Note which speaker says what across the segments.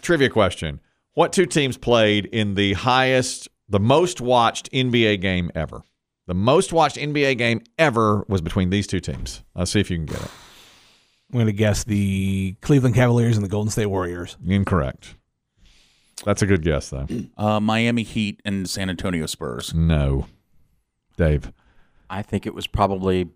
Speaker 1: Trivia question. What two teams played in the highest, the most watched NBA game ever? The most watched NBA game ever was between these two teams. Let's see if you can get it.
Speaker 2: I'm going to guess the Cleveland Cavaliers and the Golden State Warriors.
Speaker 1: Incorrect. That's a good guess, though.
Speaker 3: Uh, Miami Heat and San Antonio Spurs.
Speaker 1: No. Dave.
Speaker 4: I think it was probably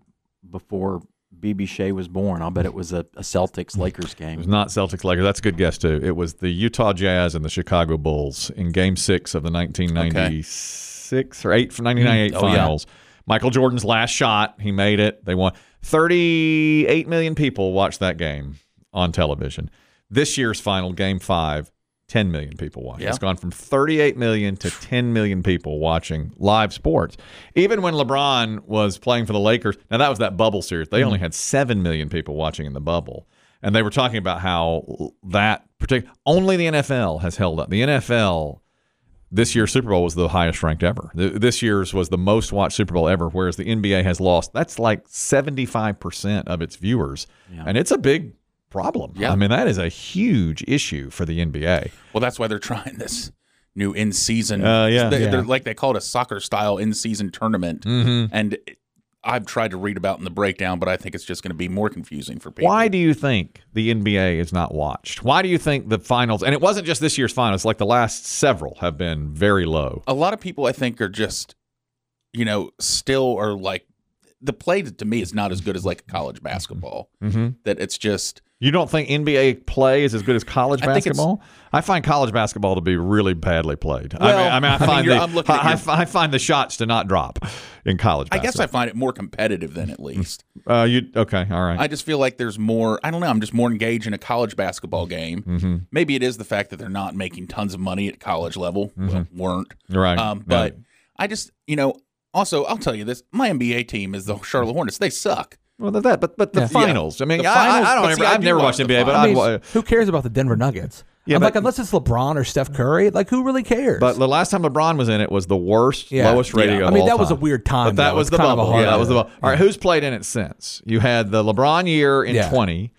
Speaker 4: before BB Shea was born. I'll bet it was a, a Celtics Lakers
Speaker 1: It was
Speaker 4: game.
Speaker 1: not Celtics Lakers. That's a good guess, too. It was the Utah Jazz and the Chicago Bulls in game six of the 1996 or 8 for 1998
Speaker 3: Mm. Oh, yeah.
Speaker 1: finals. Michael Jordan's last shot. He made it. They won. 38 million people watched that game on television. This year's final, game five, 10 million people watched.
Speaker 3: Yeah.
Speaker 1: It's gone from 38 million to 10 million people watching live sports. Even when LeBron was playing for the Lakers, now that was that bubble series.
Speaker 3: Hmm.
Speaker 1: They only had 7 million people watching in the bubble. And they were talking about how that particular only the NFL has held up. The NFL this year's Super Bowl was the highest ranked ever. Th- This year's was the most watched Super Bowl ever, whereas the NBA has lost. That's like 75% of its viewers. And it's a big problem.
Speaker 3: Yeah.
Speaker 1: I mean, that is a huge issue for the NBA.
Speaker 3: Well, that's why they're trying this new in season.
Speaker 1: Uh, yeah.
Speaker 3: they,
Speaker 2: Yeah.
Speaker 3: They're, like they call it a soccer style in season tournament. And it- I've tried to read about it in the breakdown, but I think it's just going to be more confusing for people.
Speaker 1: Why do you think the NBA is not watched? Why do you think the finals, and it wasn't just this year's finals, like the last several have been very low?
Speaker 3: a lot of people I think are just, you know, still are like the play to me is not as good as like college basketball.
Speaker 1: Mhm.
Speaker 3: That it's just
Speaker 1: You don't think NBA play is as good as college
Speaker 3: I think it's-
Speaker 1: basketball? I find college basketball to be really badly played. I
Speaker 3: Well,
Speaker 1: mean, I, mean, I
Speaker 3: I mean,
Speaker 1: find
Speaker 3: you're- I'm
Speaker 1: the,
Speaker 3: looking at
Speaker 1: I, I
Speaker 3: your-
Speaker 1: fi- I find the shots to not drop in college.
Speaker 3: I guess I
Speaker 1: basketball.
Speaker 3: find it more competitive than at least.
Speaker 1: Uh, you okay? All right.
Speaker 3: I just feel like there's more. I don't know. I'm just more engaged in a college basketball game.
Speaker 4: Mm-hmm.
Speaker 1: Mhm.
Speaker 3: Maybe it is the fact that they're not making tons of money at college level.
Speaker 4: Mm-hmm.
Speaker 3: Well, weren't.
Speaker 1: Right.
Speaker 3: Um, but I just, you know, also I'll tell you this: my NBA team is the
Speaker 4: Mm-hmm.
Speaker 3: Charlotte Hornets. They suck.
Speaker 1: well, that, that but but the
Speaker 2: Yeah.
Speaker 1: finals. I mean,
Speaker 3: The
Speaker 1: I- I-
Speaker 3: finals-
Speaker 1: I, don't.
Speaker 3: but
Speaker 1: Ever,
Speaker 3: see, I
Speaker 1: I've
Speaker 3: do
Speaker 1: never
Speaker 3: watch
Speaker 1: watched
Speaker 3: the
Speaker 1: NBA, but
Speaker 2: I
Speaker 1: I.
Speaker 2: mean,
Speaker 1: wa-
Speaker 2: who cares about the Denver Nuggets?
Speaker 1: Uh, Yeah,
Speaker 2: I'm
Speaker 1: but-
Speaker 2: like, unless it's LeBron or Steph Curry, like, who really cares?
Speaker 1: But the last time LeBron was in it was the worst,
Speaker 2: Yeah.
Speaker 1: lowest rating
Speaker 2: Yeah.
Speaker 1: of
Speaker 2: I mean,
Speaker 1: all
Speaker 2: that was
Speaker 1: time.
Speaker 2: a weird time,
Speaker 1: But that
Speaker 2: though.
Speaker 1: was
Speaker 2: It's
Speaker 1: the
Speaker 2: kind of a
Speaker 1: bubble.
Speaker 2: hard
Speaker 1: yeah, that was the
Speaker 2: year.
Speaker 1: bubble. All right, who's played in it since? You had the LeBron year in
Speaker 2: Yeah.
Speaker 1: 20.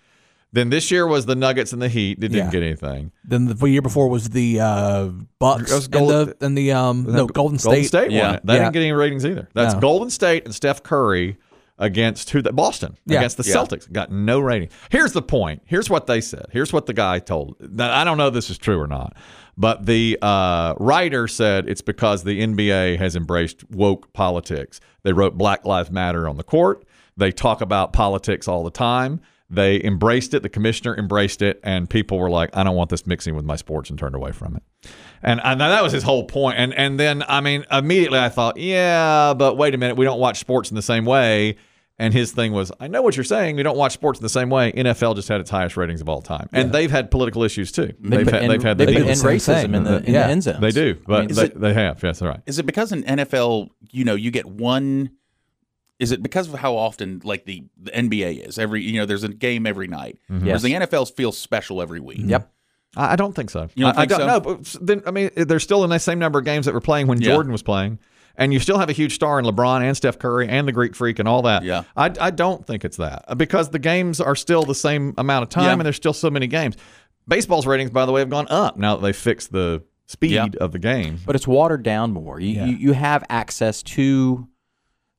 Speaker 1: Then this year was the Nuggets and the Heat. They didn't
Speaker 2: Yeah.
Speaker 1: get anything.
Speaker 2: then the year before was the uh, Bucks
Speaker 1: It was
Speaker 2: and
Speaker 1: Gold-
Speaker 2: the, and the um, no Golden State.
Speaker 1: Golden State
Speaker 3: Yeah.
Speaker 1: won it. They
Speaker 2: Yeah.
Speaker 1: didn't get any ratings either. That's
Speaker 2: No.
Speaker 1: Golden State and Steph Curry against who? The, Boston
Speaker 2: Yeah.
Speaker 1: against the
Speaker 3: Yeah.
Speaker 1: Celtics got no rating. Here's the point. Here's what they said. Here's what the guy told. Now, I don't know if this is true or not, but the uh, writer said it's because the NBA has embraced woke politics. They wrote Black Lives Matter on the court. They talk about politics all the time. They embraced it. The commissioner embraced it, and people were like, "I don't want this mixing with my sports," and turned away from it. And I, now that was his whole point. And and then I mean, immediately I thought, yeah, but wait a minute, we don't watch sports in the same way. And his thing was, I know what you're saying. We don't watch sports in the same way. NFL just had its highest ratings of all time, and they've had political issues too.
Speaker 4: They
Speaker 1: They've
Speaker 4: put
Speaker 1: had,
Speaker 4: in-
Speaker 1: they've had
Speaker 4: they
Speaker 1: the
Speaker 4: put
Speaker 2: people
Speaker 4: in
Speaker 2: same
Speaker 4: racism
Speaker 2: thing.
Speaker 4: in the in
Speaker 2: Yeah.
Speaker 4: the end zone.
Speaker 1: They do, but
Speaker 3: mean, is
Speaker 1: they,
Speaker 3: it-
Speaker 1: they have. Yes, all right.
Speaker 3: Is it because in NFL, you know, you get one? Is it because of how often like the, the NBA is every? You know, there's a game every night. Whereas
Speaker 4: Mm-hmm. Yes.
Speaker 3: the NFL feels special every week.
Speaker 4: Yep.
Speaker 1: I, I don't think so.
Speaker 3: You don't
Speaker 1: I,
Speaker 3: think
Speaker 1: I don't
Speaker 3: so?
Speaker 1: know. But then, I mean, they're still in the same number of games that were playing when
Speaker 3: Yeah.
Speaker 1: Jordan was playing, and you still have a huge star in LeBron and Steph Curry and the Greek Freak and all that.
Speaker 3: Yeah.
Speaker 1: I, I don't think it's that because the games are still the same amount of time,
Speaker 3: Yeah.
Speaker 1: and there's still so many games. Baseball's ratings, by the way, have gone up now that they fixed the speed
Speaker 3: Yeah.
Speaker 1: of the game.
Speaker 4: But it's watered down more. You, you, you have access to.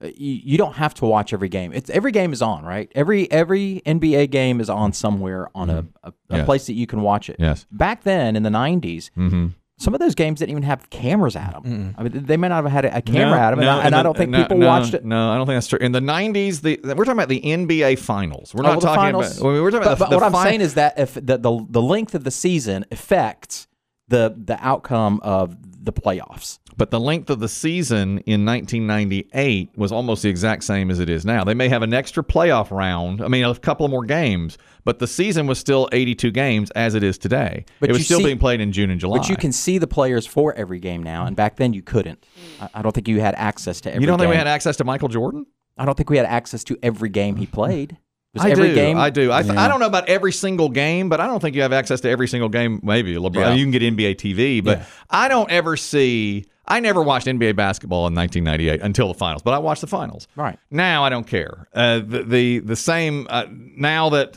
Speaker 4: uh, You, you don't have to watch every game. It's every game is on, right? Every every NBA game is on somewhere on a, a, a
Speaker 1: Mm-hmm. Yes.
Speaker 4: place that you can watch it.
Speaker 1: Yes.
Speaker 4: Back then in the '90s,
Speaker 1: Mm-hmm.
Speaker 4: some of those games didn't even have cameras at them. I mean, they may not have had a, a camera at them, and, I, and
Speaker 1: the-
Speaker 4: I don't think
Speaker 1: no,
Speaker 4: people
Speaker 1: no,
Speaker 4: watched it.
Speaker 1: No, I don't think that's true. In the '90s, the we're talking about the NBA finals. We're
Speaker 4: Oh,
Speaker 1: not
Speaker 4: well, the
Speaker 1: talking
Speaker 4: finals-
Speaker 1: about. I mean, We're talking
Speaker 4: but,
Speaker 1: about the,
Speaker 4: but what
Speaker 1: the
Speaker 4: I'm
Speaker 1: fin-
Speaker 4: saying is that if the, the the length of the season affects the the outcome of the playoffs.
Speaker 1: But the length of the season in 1998 was almost the exact same as it is now. They may have an extra playoff round, I mean, a couple more games, but the season was still 82 games as it is today.
Speaker 4: But
Speaker 1: it was
Speaker 4: you
Speaker 1: still
Speaker 4: see-
Speaker 1: being played in June and July.
Speaker 4: But you can see the players for every game now, and back then you couldn't. I, I don't think you had access to every.
Speaker 1: You don't think we
Speaker 4: game.
Speaker 1: had access to Michael Jordan?
Speaker 4: I don't think we had access to every game he played. Was
Speaker 1: I
Speaker 4: every
Speaker 1: do.
Speaker 4: game
Speaker 1: I do. I, th- I don't know about every single game, but I don't think you have access to every single game. Maybe LeBron.
Speaker 3: Yeah.
Speaker 1: You can get NBA TV, but I don't ever see. I never watched NBA basketball in 1998 until the finals, but I watched the finals.
Speaker 4: Right.
Speaker 1: now, I don't care. Uh, the, the the same uh, now that.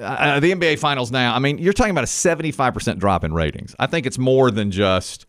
Speaker 1: Uh, the NBA Finals now. I mean, you're talking about a 75% drop in ratings. I think it's more than just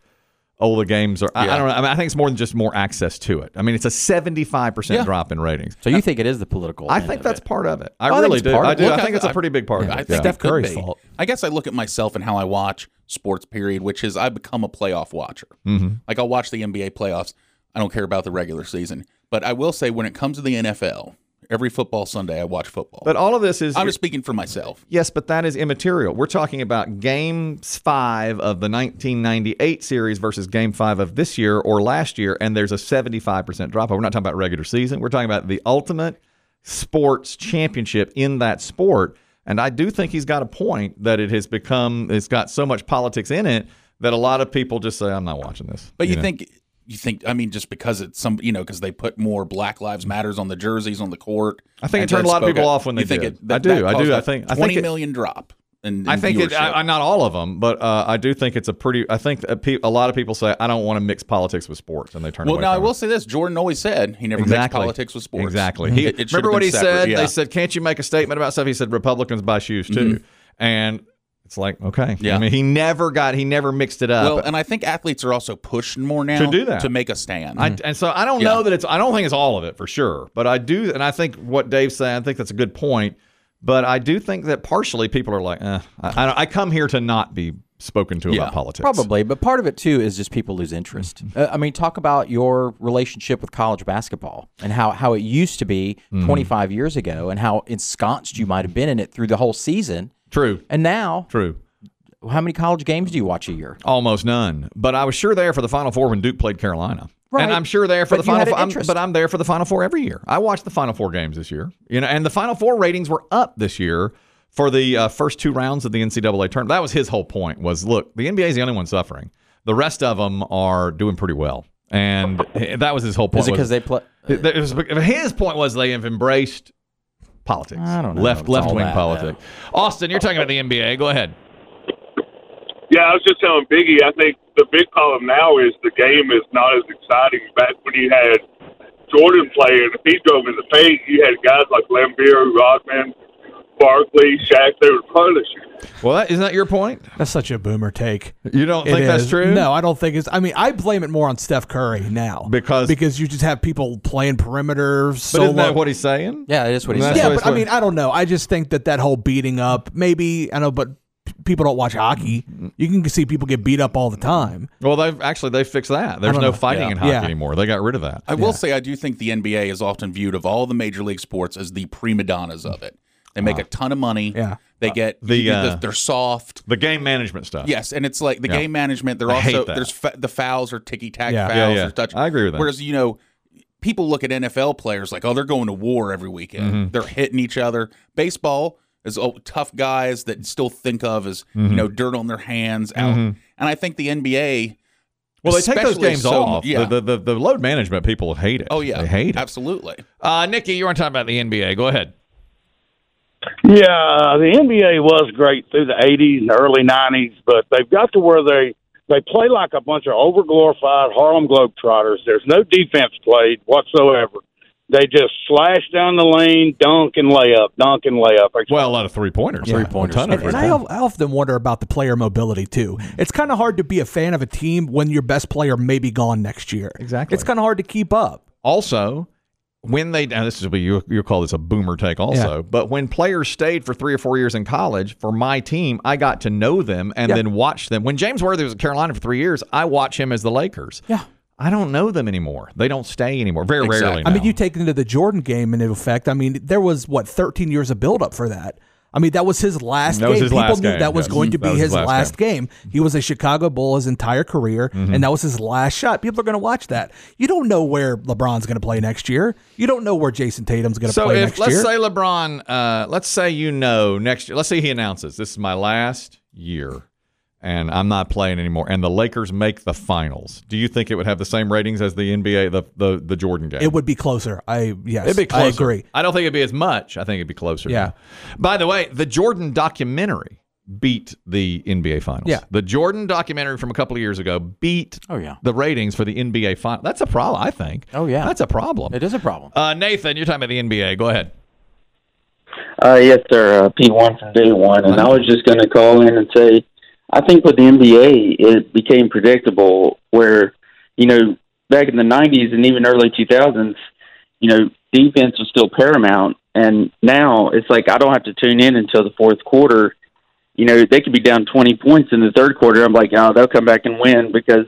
Speaker 1: oh the games are. I, I
Speaker 3: Yeah.
Speaker 1: don't know. I, mean, I think it's more than just more access to it. I mean, it's a 75% drop in ratings.
Speaker 4: So you think it is the political?
Speaker 1: I
Speaker 4: end
Speaker 1: think
Speaker 4: of
Speaker 1: that's
Speaker 4: it.
Speaker 1: part of it. I
Speaker 4: I think
Speaker 1: really
Speaker 4: it's
Speaker 1: do.
Speaker 4: part of
Speaker 1: I
Speaker 4: it.
Speaker 1: do.
Speaker 3: Look,
Speaker 1: I think it's a pretty big part of
Speaker 3: I
Speaker 1: it.
Speaker 3: think
Speaker 1: yeah.
Speaker 3: it could
Speaker 2: Curry's
Speaker 3: be.
Speaker 2: fault.
Speaker 3: I guess I look at myself and how I watch sports. Period, which is I become a playoff watcher.
Speaker 1: Mm-hmm.
Speaker 3: Like I'll watch the NBA playoffs. I don't care about the regular season, but I will say when it comes to the NFL, every football Sunday I watch football.
Speaker 1: But all of this is
Speaker 3: I'm just speaking for myself.
Speaker 1: yes, but that is immaterial. We're talking about games five of the 1998 series versus game five of this year or last year, and there's a 75% drop. We're not talking about regular season. We're talking about the ultimate sports championship in that sport. And I do think he's got a point that it has become, it's got so much politics in it that a lot of people just say, I'm not watching this.
Speaker 3: But you
Speaker 1: know?
Speaker 3: think you think I mean just because it's some you know because they put more Black Lives Matters on the jerseys on the court.
Speaker 1: I think it
Speaker 3: and
Speaker 1: turned a lot of
Speaker 3: spoke
Speaker 1: people
Speaker 3: out.
Speaker 1: off when they
Speaker 3: you think
Speaker 1: did.
Speaker 3: It, that,
Speaker 1: I do,
Speaker 3: that
Speaker 1: I do,
Speaker 3: caused
Speaker 1: I
Speaker 3: a
Speaker 1: think- I think
Speaker 3: 20
Speaker 1: it-
Speaker 3: million drop. And
Speaker 1: I think it,
Speaker 3: viewership.
Speaker 1: I, I- not all of them, but uh, I do think it's a pretty. I think a, pe- a lot of people say I don't want to mix politics with sports, and they turn.
Speaker 3: Well,
Speaker 1: away
Speaker 3: now I
Speaker 1: from
Speaker 3: will
Speaker 1: it.
Speaker 3: say this: Jordan always said he never mixed
Speaker 1: exactly
Speaker 3: politics with sports. Mm-hmm.
Speaker 1: Exactly.
Speaker 3: It-
Speaker 1: He,
Speaker 3: it should've
Speaker 1: remember what
Speaker 3: been
Speaker 1: he
Speaker 3: separate,
Speaker 1: said?
Speaker 3: yeah. Mm-hmm.
Speaker 1: They said, "Can't you make a statement about stuff?" He said, "Republicans buy shoes too," and it's like, okay,
Speaker 3: Yeah.
Speaker 1: I mean, he never got, he never mixed it up.
Speaker 3: Well, and I think athletes are also pushed more now
Speaker 1: To uh, do that.
Speaker 3: to make a stand. Mm-hmm.
Speaker 1: I, and so I don't
Speaker 3: Yeah.
Speaker 1: know that it's I don't think it's all of it for sure, but I do and I think what Dave's saying I think that's a good point, but I do think that partially people are like, eh, I, I- I come here to not be spoken to
Speaker 3: Yeah.
Speaker 1: about politics.
Speaker 4: Probably, but part of it too is just people lose interest. Uh, I mean, talk about your relationship with college basketball and how, how it used to be
Speaker 1: Mm-hmm.
Speaker 4: 25 years ago and how ensconced you might have been in it through the whole season.
Speaker 1: true,
Speaker 4: And now,
Speaker 1: true.
Speaker 4: how many college games do you watch a year?
Speaker 1: Almost none. But I was sure there for the Final Four when Duke played Carolina.
Speaker 4: Right.
Speaker 1: And I'm sure there for
Speaker 4: But
Speaker 1: the
Speaker 4: you
Speaker 1: Final
Speaker 4: had an
Speaker 1: Four. I'm-
Speaker 4: interest.
Speaker 1: But I'm there for the Final Four every year. I watched the Final Four games this year. You know, and the Final Four ratings were up this year for the uh, first two rounds of the NCAA tournament. That was his whole point was, look, the NBA is the only one suffering. The rest of them are doing pretty well. And that was his whole point.
Speaker 4: Is it
Speaker 1: was-
Speaker 4: because they play?
Speaker 1: it- it was- his point was they have embraced politics.
Speaker 4: I don't know if
Speaker 1: Left
Speaker 4: it's
Speaker 1: left
Speaker 4: all
Speaker 1: wing
Speaker 4: that,
Speaker 1: politics. Austin, you're talking about the NBA. Go ahead.
Speaker 5: Yeah, I was just telling Biggie. I think the big problem now is the game is not as exciting. Back when you had Jordan playing, if he drove in the paint, you had guys like Lambeer, Rodman, Barkley, Shaq. They would punish you.
Speaker 1: Well, that, isn't that your point?
Speaker 2: That's such a boomer take.
Speaker 1: You don't
Speaker 2: It
Speaker 1: think that's
Speaker 2: is.
Speaker 1: true?
Speaker 2: No, I don't think it's. I mean, I blame it more on Steph Curry now
Speaker 1: Because-
Speaker 2: because you just have people playing perimeter.
Speaker 1: But
Speaker 2: solo.
Speaker 1: isn't that what he's saying?
Speaker 4: Yeah, that is what he
Speaker 1: That's
Speaker 4: said.
Speaker 1: what
Speaker 2: yeah,
Speaker 1: he's
Speaker 2: but I
Speaker 1: doing.
Speaker 2: mean, I don't know. I just think that that whole beating up, maybe I know, but p- people don't watch hockey. You can see people get beat up all the time.
Speaker 1: Well, they've actually they fixed that. There's
Speaker 2: don't
Speaker 1: no
Speaker 2: know.
Speaker 1: fighting
Speaker 3: Yeah.
Speaker 1: in hockey
Speaker 2: Yeah.
Speaker 1: anymore. They got rid of that.
Speaker 3: I will say I do think the NBA is often viewed of all the major league sports as the prima donnas of it. They make a ton of money.
Speaker 2: Yeah.
Speaker 3: They get
Speaker 1: The,
Speaker 3: you-
Speaker 1: Ah. uh,
Speaker 3: they're soft.
Speaker 1: The game management stuff.
Speaker 3: Yes, and it's like the
Speaker 1: Yeah.
Speaker 3: game management. They're
Speaker 1: I hate
Speaker 3: also
Speaker 1: that.
Speaker 3: there's fa- the fouls are ticky tack
Speaker 2: Yeah.
Speaker 3: fouls.
Speaker 1: Yeah, yeah.
Speaker 3: Or touch.
Speaker 1: I agree with that.
Speaker 3: Whereas you know, people look at NFL players like, oh, they're going to war every weekend.
Speaker 1: Mm-hmm.
Speaker 3: They're hitting each other. Baseball is oh, tough guys that still think of as you
Speaker 1: Mm-hmm.
Speaker 3: know dirt on their hands out. And I think the NBA.
Speaker 1: Well, they take those
Speaker 3: especially
Speaker 1: games
Speaker 3: so-
Speaker 1: off.
Speaker 3: Yeah.
Speaker 1: The, the, the, the load management people hate it.
Speaker 3: oh yeah.
Speaker 1: They hate it.
Speaker 3: Absolutely.
Speaker 1: Uh, Nikki, you weren't talking about the NBA. Go ahead.
Speaker 5: Yeah, the NBA was great through the '80s and early '90s, but they've got to where they they play like a bunch of overglorified Harlem Globetrotters. There's no defense played whatsoever. They just slash down the lane, dunk and layup, dunk and layup.
Speaker 1: Well, a lot of three pointers. Three pointers. A ton of
Speaker 2: And,
Speaker 1: three
Speaker 2: and I,
Speaker 1: pointers.
Speaker 2: al- I often wonder about the player mobility too. It's kind of hard to be a fan of a team when your best player may be gone next year.
Speaker 1: Exactly.
Speaker 2: It's kind of hard to keep up.
Speaker 1: Also, when they now this is what you you call this a boomer take also, but when players stayed for three or four years in college for my team, I got to know them and then watch them. When James Worthy was at Carolina for three years, I watch him as the Lakers. Yeah. I don't know them anymore. They don't stay anymore. Very
Speaker 3: Exactly.
Speaker 1: rarely.
Speaker 2: I
Speaker 1: now.
Speaker 2: mean, you take it into the Jordan game in effect. I mean, there was what 13 years of buildup for that. I mean, that was his last
Speaker 1: That
Speaker 2: game.
Speaker 1: was his
Speaker 2: People
Speaker 1: last
Speaker 2: knew
Speaker 1: game,
Speaker 2: that was
Speaker 1: yes.
Speaker 2: going to
Speaker 1: Mhm.
Speaker 2: be
Speaker 1: That was
Speaker 2: his last, game. He was a Chicago Bull his entire career,
Speaker 1: Mm-hmm.
Speaker 2: and that was his last shot. People are going to watch that. You don't know where LeBron's going to play next year. You don't know where Jason Tatum's going to
Speaker 1: So
Speaker 2: play
Speaker 1: if
Speaker 2: next
Speaker 1: let's
Speaker 2: year.
Speaker 1: say LeBron, uh, let's say you know next year, let's say he announces this is my last year and I'm not playing anymore, and the Lakers make the finals. Do you think it would have the same ratings as the NBA, the the, the Jordan game?
Speaker 2: it would be closer. I yes,
Speaker 1: It'd be closer.
Speaker 2: I agree.
Speaker 1: I don't think it'd be as much. I think it'd be closer.
Speaker 2: Yeah.
Speaker 1: By the way, the Jordan documentary beat the NBA finals.
Speaker 2: Yeah.
Speaker 1: The Jordan documentary from a couple of years ago beat
Speaker 4: Oh, yeah.
Speaker 1: the ratings for the NBA final. That's a problem, I think.
Speaker 4: Oh, yeah.
Speaker 1: That's a problem.
Speaker 4: It is a problem.
Speaker 1: Uh, Nathan, you're talking about the NBA. Go ahead.
Speaker 6: Uh, yes, sir. Uh, P1 from day one. And I was just going to call in and say, I think with the NBA, it became predictable where, you know, back in the 90s and even early 2000s, you know, defense was still paramount. And now it's like I don't have to tune in until the fourth quarter. You know, they could be down 20 points in the third quarter. I'm like, oh, they'll come back and win because,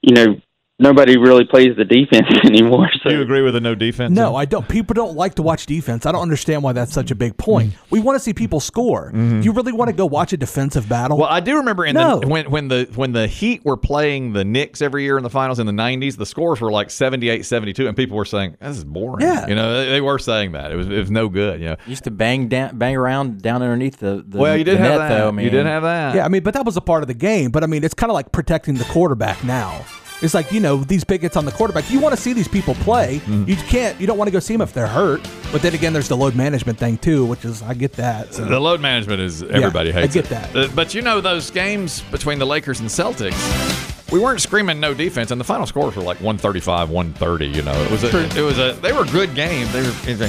Speaker 6: you know, nobody really plays the defense anymore. So.
Speaker 1: Do you agree with the no defense?
Speaker 2: No, I don't. People don't like to watch defense. I don't understand why that's such a big point.
Speaker 1: Mm-hmm.
Speaker 2: We want to see people score. You really want to go watch a defensive battle?
Speaker 1: Well, I do remember in
Speaker 2: No.
Speaker 1: the when when the when the Heat were playing the Knicks every year in the finals in the 90s, the scores were like 78 72 and people were saying this is boring.
Speaker 2: Yeah.
Speaker 1: You know, they, they were saying that. It was it was no good, you know.
Speaker 4: Used to bang down, bang around down underneath the, the
Speaker 1: Well, you did
Speaker 4: the
Speaker 1: have
Speaker 4: net,
Speaker 1: that.
Speaker 4: though. Man.
Speaker 1: You did have that.
Speaker 2: yeah, I mean, but that was a part of the game. But I mean, it's kind of like protecting the quarterback now. It's like you know these bigots on the quarterback. You want to see these people play. You can't. You don't want to go see them if they're hurt. But then again, there's the load management thing too, which is I get that. So.
Speaker 1: The load management is everybody
Speaker 2: I
Speaker 1: hates.
Speaker 2: get
Speaker 1: it.
Speaker 2: that.
Speaker 1: Uh, But you know those games between the Lakers and Celtics, we weren't screaming no defense, and the final scores were like 135, 130. You know, it was a, it was a they were good games. They were.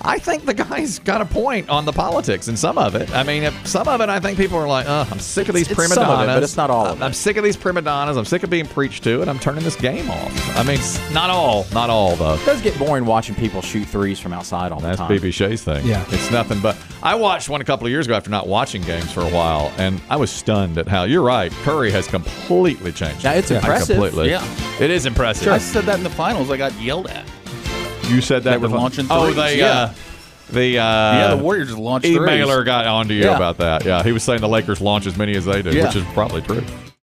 Speaker 1: I think the guy's got a point on the politics and some of it. I mean, if some of it, I think people are like, "Uh, I'm sick of these
Speaker 4: It's- it's
Speaker 1: prima
Speaker 4: some of it,
Speaker 1: donnas."
Speaker 4: but it's not all of
Speaker 1: I'm sick of these prima donnas. I'm sick of being preached to, and I'm turning this game off. I mean, s- not all, not all though.
Speaker 4: It does get boring watching people shoot threes from outside all the
Speaker 1: That's
Speaker 4: time.
Speaker 1: BB Shea's thing.
Speaker 2: Yeah.
Speaker 1: It's nothing but. I watched one a couple of years ago after not watching games for a while, and I was stunned at how, you're right, Curry has completely changed.
Speaker 4: Now, it's
Speaker 1: Like,
Speaker 4: impressive.
Speaker 1: Completely.
Speaker 3: Yeah.
Speaker 1: It is impressive.
Speaker 3: I said that in the finals. I got yelled at.
Speaker 1: You said that
Speaker 3: They were
Speaker 1: before.
Speaker 3: launching
Speaker 1: Oh,
Speaker 3: threes,
Speaker 1: they,
Speaker 3: yeah.
Speaker 1: uh, the, uh,
Speaker 3: yeah, the Warriors just launched.
Speaker 1: emailer
Speaker 3: threes.
Speaker 1: got onto you
Speaker 3: Yeah.
Speaker 1: about that. Yeah. He was saying the Lakers launch as many as they do,
Speaker 3: Yeah.
Speaker 1: which is probably true.